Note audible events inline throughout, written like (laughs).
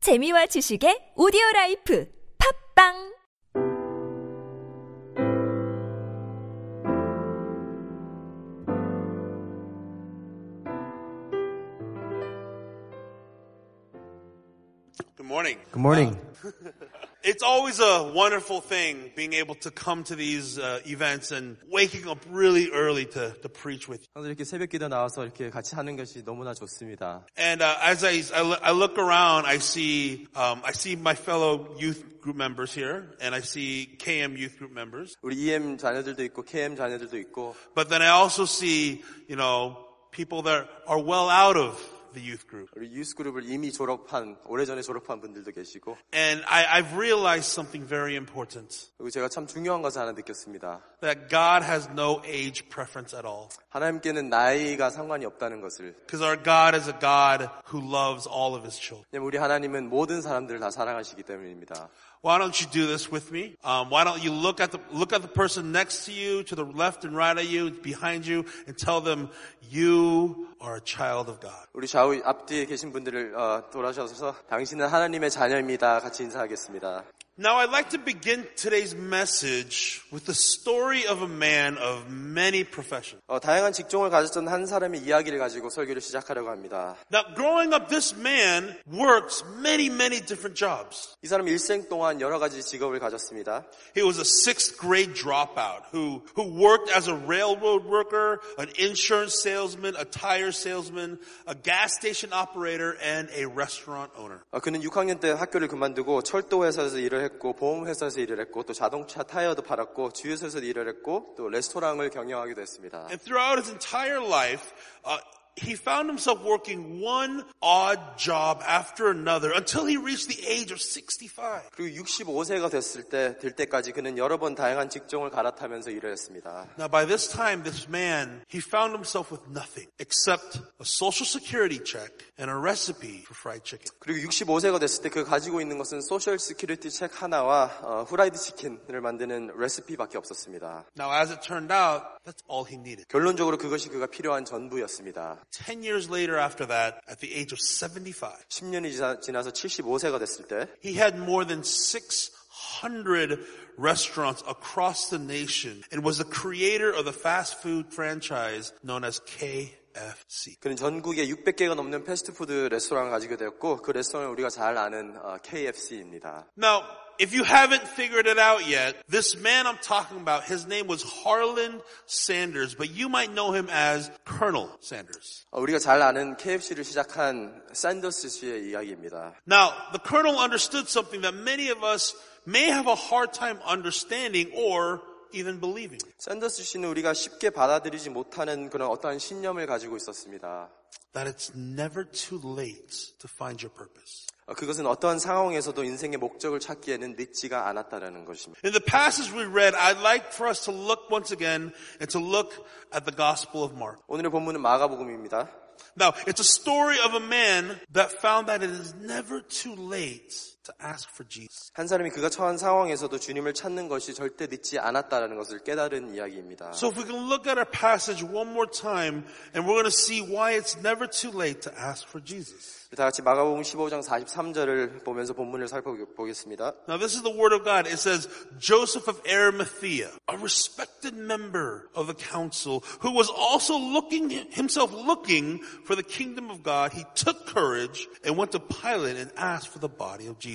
재미와 지식의 오디오 라이프 팝빵 Good morning. Good morning. It's always a wonderful thing being able to come to these uh, events and waking up really early to, to preach with you. 항상 아, 이렇게 새벽 기도 나와서 이렇게 같이 하는 것이 너무나 좋습니다. And uh, as I, I, loo- I look around, I see um, I see my fellow youth group members here, and I see KM youth group members. 우리 EM 자녀들도 있고 KM 자녀들도 있고 But then I also see you know people that are well out of the youth group. 우리 유스 그룹을 이미 졸업한 오래전에 졸업한 분들도 계시고 And I, I've realized something very important: 그리고 제가 참 중요한 것을 하나 느꼈습니다. that God has no age preference at all, 하나님께는 나이가 상관이 없다는 것을 because our God is a God who loves all of His children. 왜냐면 우리 하나님은 모든 사람들을 다 사랑하시기 때문입니다. Why don't you do this with me? Um, why don't you look at the look at the person next to you, to the left and right of you, behind you, and tell them you are a child of God. 우리 좌우 앞뒤에 계신 분들을 어, 돌아셔서 당신은 하나님의 자녀입니다. 같이 인사하겠습니다. Now, I'd like to begin today's message with the story of a man of many professions. 어, 다양한 직종을 가졌던 한 사람의 이야기를 가지고 설교를 시작하려고 합니다. Now, growing up, this man worked many, many different jobs. 이 사람 일생 동안 여러 가지 직업을 가졌습니다. He was a sixth grade dropout who, who worked as a railroad worker, an insurance salesman, a tire salesman, a gas station operator, and a restaurant owner. 어, 그는 6학년 때 학교를 그만두고 철도 회사에서 일을 했고 보험 회사에서 일을 했고 또 자동차 타이어도 팔았고 주유소에서 일을 했고 또 레스토랑을 경영하기도 했습니다. And throughout his entire life, uh, he found himself working one odd job after another until he reached the age of 65. 그리고 65세가 됐을 때 될 때까지 그는 여러 번 다양한 직종을 갈아타면서 일을 했습니다. Now by this time, this man, he found himself with nothing except a social security check and a recipe for fried chicken. 그리고 65세가 됐을 때 그 가지고 있는 것은 소셜 시큐리티 책 하나와 어, 후라이드 치킨을 만드는 레시피밖에 없었습니다. Now as it turned out, that's all he needed. 결론적으로 그것이 그가 필요한 전부였습니다. Ten years later after that, at the age of 75, 10년이 지나서 75세가 됐을 때 he had more than 600 restaurants across the nation and was the creator of the fast food franchise known as KFC. 그는 전국에 600개가 넘는 패스트푸드 레스토랑을 가지게 되었고 그 레스토랑은 우리가 잘 아는 어, KFC입니다. Now, if you haven't figured it out yet, this man I'm talking about, his name was Harlan Sanders, but you might know him as Colonel Sanders. 어, 우리가 잘 아는 KFC를 시작한 샌더스 씨의 이야기입니다. Now, the Colonel understood something that many of us may have a hard time understanding or even believing. 샌더스 씨는 우리가 쉽게 받아들이지 못하는 그런 어떠한 신념을 가지고 있었습니다. That it's never too late to find your purpose. 어, 그것은 어떠한 상황에서도 인생의 목적을 찾기에는 늦지가 않았다라는 것입니다. In the passage we read, I'd like for us to look once again and to look at the Gospel of Mark. 오늘의 본문은 마가복음입니다. Now, it's a story of a man that found that it is never too late to ask for Jesus. 한 사람이 그가 처한 상황에서도 주님을 찾는 것이 절대 늦지 않았다라는 것을 깨달은 이야기입니다. So if we can look at our passage one more time, and we're going to see why it's never too late to ask for Jesus. 우리 다 같이 마가복음 15장 43절을 보면서 본문을 살펴보겠습니다. Now, this is the Word of God. It says, Joseph of Arimathea, a respected member of the council, who was also looking, himself looking for the kingdom of God, he took courage and went to Pilate and asked for the body of Jesus.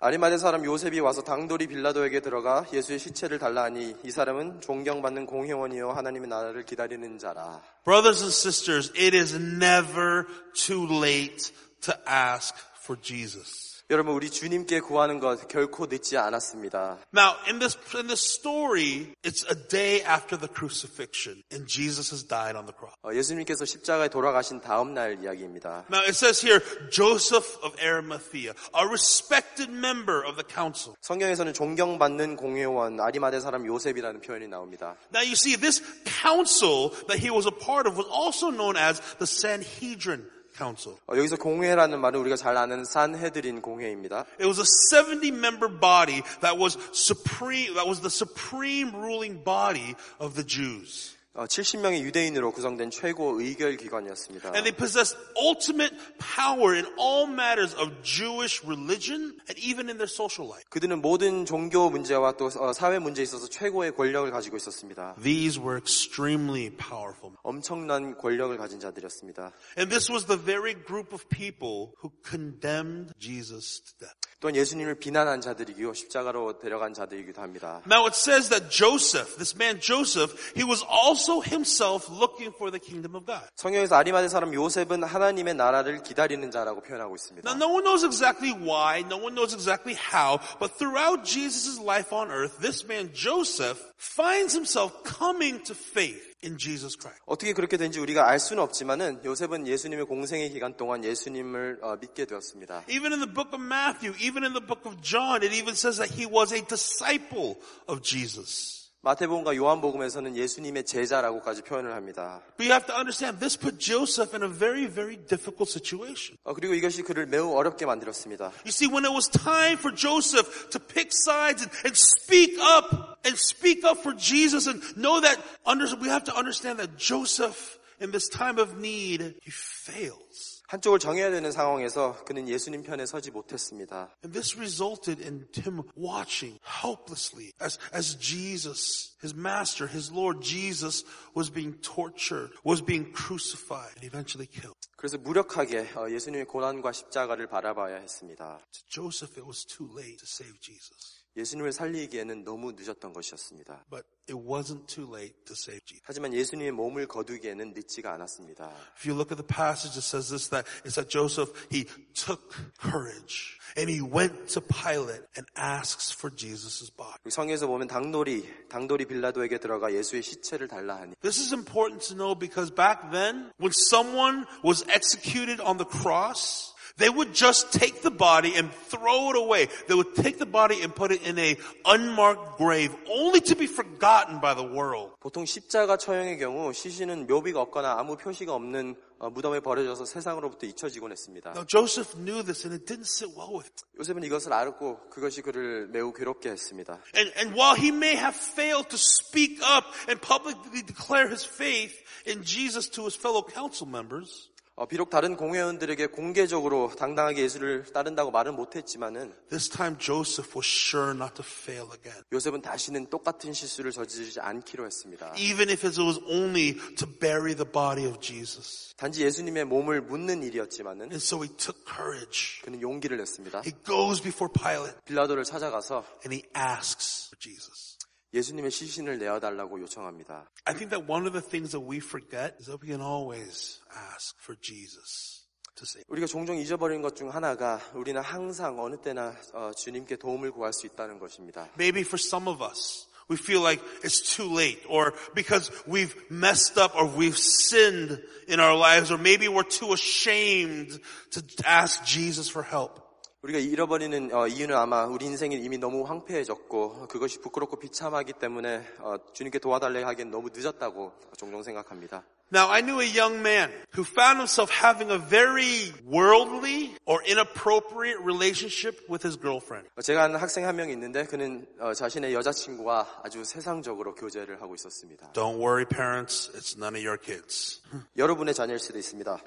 아리마대 사람 요셉이 와서 당돌이 빌라도에게 들어가 예수의 시체를 달라 하니 이 사람은 존경받는 공회원이요 하나님의 나라를 기다리는 자라. Brothers and sisters, it is never too late to ask for Jesus. 여러분 우리 주님께 구하는 것 결코 늦지 않았습니다. Now, in this, in this story, it's a day after the crucifixion and Jesus has died on the cross. 어, 예수님께서 십자가에 돌아가신 다음 날 이야기입니다. Now, it says here, Joseph of Arimathea, a respected member of the council. 성경에서는 존경받는 공회원 아리마대 사람 요셉이라는 표현이 나옵니다. Now, you see, this council that he was a part of was also known as the Sanhedrin Council. 어, 여기서 공회라는 말은 우리가 잘 아는 산헤드린 공회입니다. It was a 70 member body that was supreme, that was the supreme ruling body of the Jews. 어, 70명의 유대인으로 구성된 최고 의결 기관이었습니다. And they possessed ultimate power in all matters of Jewish religion and even in their social life. 그들은 모든 종교 문제와 또 어, 사회 문제에 있어서 최고의 권력을 가지고 있었습니다. These were extremely powerful. 엄청난 권력을 가진 자들이었습니다. And this was the very group of people who condemned Jesus to death. 또한 예수님을 비난한 자들이기요 십자가로 데려간 자들이기도 합니다. Now it says that Joseph, this man Joseph, he was also himself looking for the kingdom of God. 성경에서 아리마대 사람 요셉은 하나님의 나라를 기다리는 자라고 표현하고 있습니다. Now no one knows exactly why, no one knows exactly how, but throughout Jesus' life on earth, this man Joseph finds himself coming to faith in Jesus Christ. 어떻게 그렇게 된지 우리가 알 수는 없지만은 요셉은 예수님의 공생의 기간 동안 예수님을 어, 믿게 되었습니다. Even in the book of Matthew, even in the book of John, it even says that he was a disciple of Jesus. 마태복음과 요한복음에서는 예수님의 제자라고까지 표현을 합니다. But you have to understand, this put Joseph in a very, very difficult situation. 어, 그리고 이것이 그를 매우 어렵게 만들었습니다. You see, when it was time for Joseph to pick sides and, and speak up and speak up for Jesus and know that under, we have to understand that Joseph in this time of need, he fails. 한쪽을 정해야 되는 상황에서 그는 예수님 편에 서지 못했습니다. And this resulted in him watching helplessly as, as Jesus, his master, his Lord Jesus was being tortured, was being crucified and eventually killed. 그래서 무력하게 어, 예수님의 고난과 십자가를 바라봐야 했습니다. To Joseph, it was too late to save Jesus. 예수님을 살리기에는 너무 늦었던 것이었습니다. But it wasn't too late to save Jesus. 하지만 예수님의 몸을 거두기에는 늦지가 않았습니다. If you look at the passage, it says this, that it's that Joseph, he took courage and he went to Pilate and asks for Jesus' body. 그리고 성경에서 보면 당돌이, 당돌이 빌라도에게 들어가 예수의 시체를 달라 하니 This is important to know because back then, when someone was executed on the cross, they would just take the body and throw it away. They would take the body and put it in a unmarked grave only to be forgotten by the world. 보통 십자가 처형의 경우 시신은 묘비가 없거나 아무 표시가 없는 어, 무덤에 버려져서 세상으로부터 잊혀지곤 했습니다. Now Joseph knew this and it didn't sit well with him. 요셉은 이것을 알았고 그것이 그를 매우 괴롭게 했습니다. And, and while he may have failed to speak up and publicly declare his faith in Jesus to his fellow council members, 어, 비록 다른 공회원들에게 공개적으로 당당하게 예수를 따른다고 말은 못했지만은 this time Joseph was sure not to fail again. 요셉은 다시는 똑같은 실수를 저지르지 않기로 했습니다. Even if it was only to bury the body of Jesus. 단지 예수님의 몸을 묻는 일이었지만은 And so he took courage. 그는 용기를 냈습니다. He goes before Pilate 빌라도를 찾아가서 and he asks for Jesus. 예수님의 시신을 내어달라고 요청합니다. I think that one of the things that we forget is that we can always ask for Jesus to save. 우리가 종종 잊어버리는 것 중 하나가 우리는 항상 어느 때나 어, 주님께 도움을 구할 수 있다는 것입니다. Maybe for some of us, we feel like it's too late or because we've messed up or we've sinned in our lives or maybe we're too ashamed to ask Jesus for help. 우리가 잃어버리는 어, 이유는 아마 우리 인생이 이미 너무 황폐해졌고 그것이 부끄럽고 비참하기 때문에 어, 주님께 도와달래 하기엔 너무 늦었다고 종종 생각합니다. Now I knew a young man who found himself having a very worldly or inappropriate relationship with his girlfriend. 어, 제가 아는 학생 한 명이 있는데 그는 어, 자신의 여자친구와 아주 세상적으로 교제를 하고 있었습니다. Don't worry parents, it's none of your kids. 여러분의 자녀일 수도 있습니다.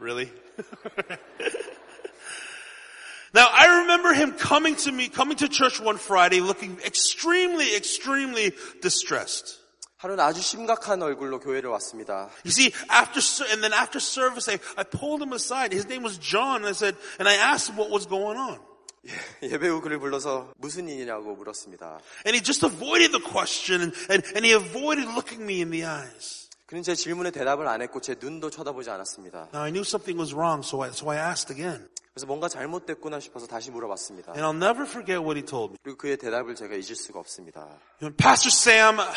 Really? (laughs) now I remember him coming to me, coming to church one Friday looking extremely, extremely distressed. 하루는 아주 심각한 얼굴로 교회를 왔습니다. (laughs) You see, after, ser- and then after service, I, I pulled him aside. His name was John and I said, and I asked him what was going on. 예배 후 그를 불러서 무슨 일이냐고 물었습니다. And he just avoided the question and, and, and he avoided looking me in the eyes. 그는 제 질문에 대답을 안 했고 제 눈도 쳐다보지 않았습니다. Now I knew something was wrong, so I, so I asked again. 그래서 뭔가 잘못됐구나 싶어서 다시 물어봤습니다. And I'll never forget what he told me. 그리고 그의 대답을 제가 잊을 수가 없습니다. (sighs) He went, Pastor Sam, I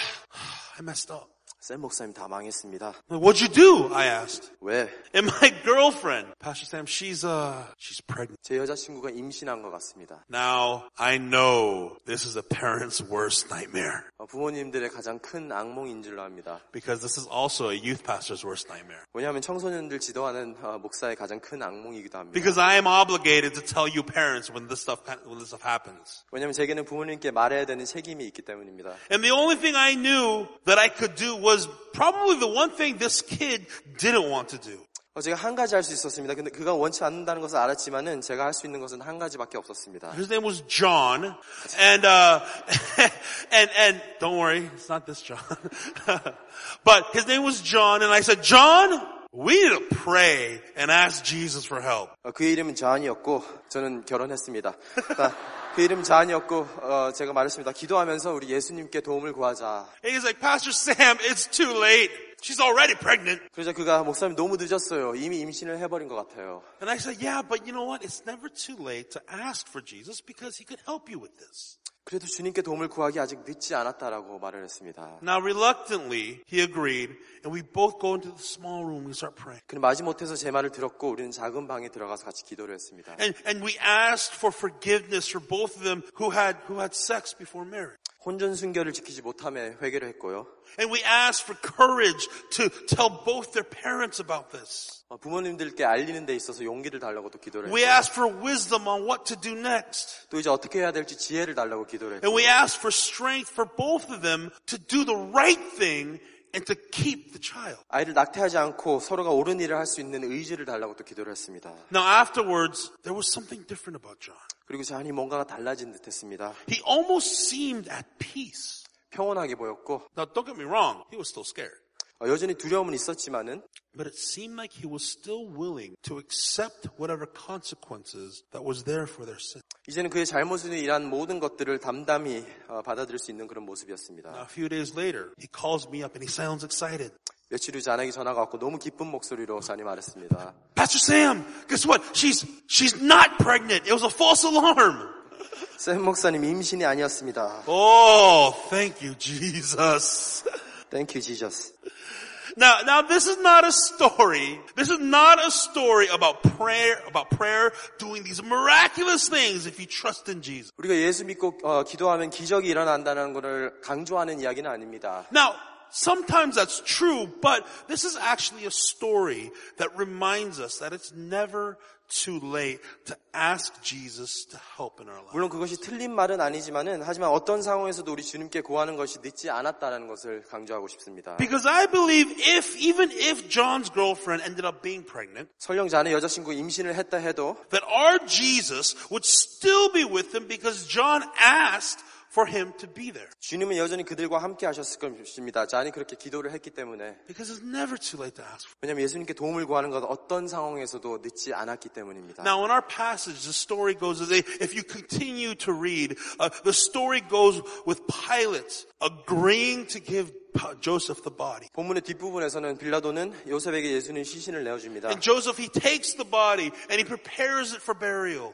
messed up. 쌤 목사님 다 망했습니다. What'd you do? I asked. 왜? And my (laughs) girlfriend, Pastor Sam, she's, uh, she's pregnant. 제 여자친구가 임신한 것 같습니다. Now, I know this is a parent's worst nightmare 어, 부모님들의 가장 큰 악몽인 줄로 압니다. because this is also a youth pastor's worst nightmare. 왜냐하면 청소년들 지도하는 어, 목사의 가장 큰 악몽이기도 합니다. Because I am obligated to tell you parents when this stuff, when this stuff happens. 왜냐하면 제게는 부모님께 말해야 되는 책임이 있기 때문입니다. And the only thing I knew that I could do was probably the one thing this kid didn't want to do. 어, 제가 한 가지 할 수 있었습니다. 근데 그가 원치 않는다는 것을 알았지만은 제가 할 수 있는 것은 한 가지밖에 없었습니다. His name was John, and uh, (laughs) and and don't worry, it's not this John. (laughs) but his name was John, and I said, John, we need to pray and ask Jesus for help. 어, 그의 이름은 잔이었고 저는 결혼했습니다. 그 이름 잔이었고 어, 제가 말했습니다. 기도하면서 우리 예수님께 도움을 구하자. And he's like, Pastor Sam, it's too late. She's already pregnant. 그러자 그가 목사님 너무 늦었어요. 이미 임신을 해버린 것 같아요. And I said, Yeah, but you know what? It's never too late to ask for Jesus because He could help you with this. 그래도 주님께 도움을 구하기 아직 늦지 않았다라고 말을 했습니다. Now, reluctantly, he agreed, and we both go into the small room and we start praying. 그는 마지못해서 제 말을 들었고 우리는 작은 방에 들어가서 같이 기도를 했습니다. And, and we asked for forgiveness for both of them who had, who had sex before marriage. 혼전 순결을 지키지 못함에 회개를 했고요. And we asked for courage to tell both their parents about this. 어, 부모님들께 알리는 데 있어서 용기를 달라고 또 기도를 We 했고 asked for wisdom on what to do next. 또 이제 어떻게 해야 될지 지혜를 달라고 기도를 했고 And we asked for strength for both of them to do the right thing and to keep the child. 아이를 낙태하지 않고 서로가 옳은 일을 할 수 있는 의지를 달라고 또 기도를 했습니다. Now afterwards, there was something different about John. 그리고 잔이 뭔가가 달라진 듯 했습니다. He almost seemed at peace. 평온하게 보였고 Now don't get me wrong, he was still scared. 어, 여전히 두려움은 있었지만은 But it seemed like he was still willing to accept whatever consequences that was there for their sin. 이제는 그의 잘못으로 일한 모든 것들을 담담히 어, 받아들일 수 있는 그런 Now, 모습이었습니다. a few days later, he calls me up and he sounds excited. 며칠 후 잔에게 전화가 왔고 너무 기쁜 목소리로 잔이 말했습니다. Pastor Sam, guess what? She's, she's not pregnant. It was a false alarm. 샘 목사님 임신이 아니었습니다. Oh, thank you, Jesus. 땡큐 지저스. Now, now this is not a story. This is not a story about prayer, about prayer doing these miraculous things if you trust in Jesus. 우리가 예수 믿고 어, 기도하면 기적이 일어난다는 것을 강조하는 이야기는 아닙니다. Now, sometimes that's true, but this is actually a story that reminds us that it's never too late to ask Jesus to help in our life. 물론 그것이 틀린 말은 아니지만은 하지만 어떤 상황에서도 우리 주님께 구하는 것이 늦지 않았다는 것을 강조하고 싶습니다. Because I believe if, even if John's girlfriend ended up being pregnant, 설령 자네 여자친구 임신을 했다 해도 that our Jesus would still be with them because John asked for him to be there. 주님은 여전히 그들과 함께 하셨을 것입니다. 자네 그렇게 기도를 했기 때문에 Because it's never too late to ask for. 왜냐하면 예수님께 도움을 구하는 것은 어떤 상황에서도 늦지 않았기 때문입니다. Now, in our passage, the story goes as a, if you continue to read, uh, the story goes with Pilate agreeing to give Pa- Joseph the body. 본문의 뒷부분에서는 빌라도는 요셉에게 예수님 시신을 내어줍니다. And Joseph, he takes the body and he prepares it for burial.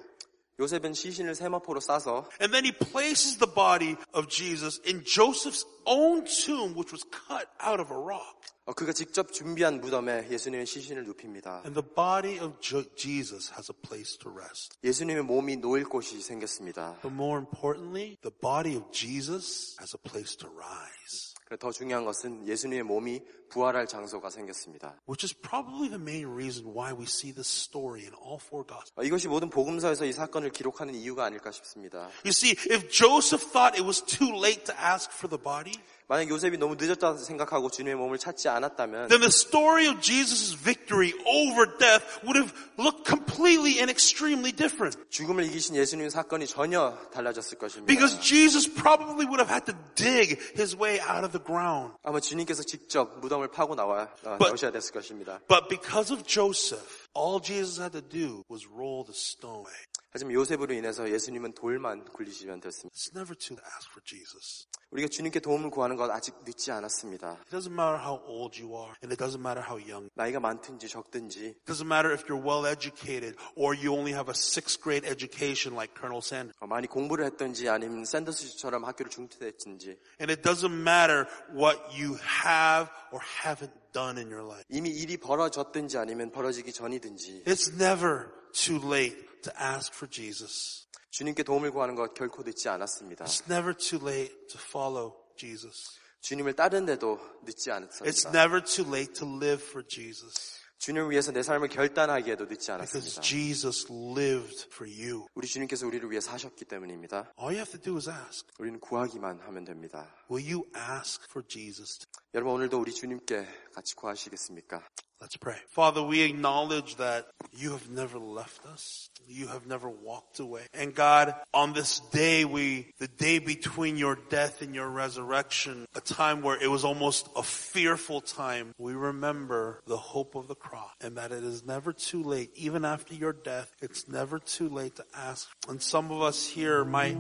요셉은 시신을 세마포로 싸서 And then he places the body of Jesus in Joseph's own tomb, which was cut out of a rock. 어, 그가 직접 준비한 무덤에 예수님의 시신을 눕힙니다. And the body of Jo- Jesus has a place to rest. 예수님의 몸이 놓일 곳이 생겼습니다. But more importantly, the body of Jesus has a place to rise, 그래, 더 중요한 것은 예수님의 몸이 부활할 장소가 생겼습니다. which is probably the main reason why we see this story in all four gospels. 어, 이것이 모든 복음서에서 이 사건을 기록하는 이유가 아닐까 싶습니다. You see, if Joseph thought it was too late to ask for the body, 만약 요셉이 너무 늦었다고 생각하고 주님의 몸을 찾지 않았다면 then the story of Jesus' victory over death would have looked completely and extremely different. 죽음을 이기신 예수님 사건이 전혀 달라졌을 것입니다. Because Jesus probably would have had to dig his way out of the ground. 아마 주님께서 직접 무덤을 파고 나와 어, But- 나오셔야 됐을 것입니다. But because of Joseph, all Jesus had to do was roll the stone away. 하지만 요셉으로 인해서 예수님은 돌만 굴리시면 됐습니다. It's never too late to ask for Jesus. 우리가 주님께 도움을 구하는 것 아직 늦지 않았습니다. It doesn't matter how old you are, and it doesn't matter how young. It 나이가 많든지 적든지 doesn't matter if you're well educated or you only have a sixth grade education like Colonel Sanders. 어, 많이 공부를 했든지 아니면 샌더스처럼 학교를 중퇴했든지 And it doesn't matter what you have or haven't done in your life. 이미 일이 벌어졌든지 아니면 벌어지기 전이든지 It's never too late to ask for Jesus. 주님께 도움을 구하는 것 결코 늦지 않았습니다. It's never too late to follow Jesus. 주님을 따른데도 늦지 It's 않았습니다. never too late to live for Jesus. 주님을 위해서 내 삶을 결단하기에도 Because 늦지 않았습니다. Jesus lived for you. 우리 주님께서 우리를 위해 사셨기 때문입니다. All you have to do is ask. 우리는 구하기만 하면 됩니다. Will you ask for Jesus? 여러분 오늘도 우리 주님께 같이 구하시겠습니까? Let's pray. Father, we acknowledge that you have never left us. You have never walked away. And God, on this day, we, the day between your death and your resurrection, a time where it was almost a fearful time, we remember the hope of the cross and that it is never too late. Even after your death, it's never too late to ask. And some of us here might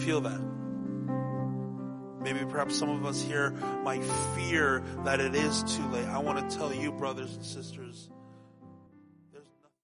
feel that. Maybe perhaps some of us here might fear that it is too late. I want to tell you, brothers and sisters,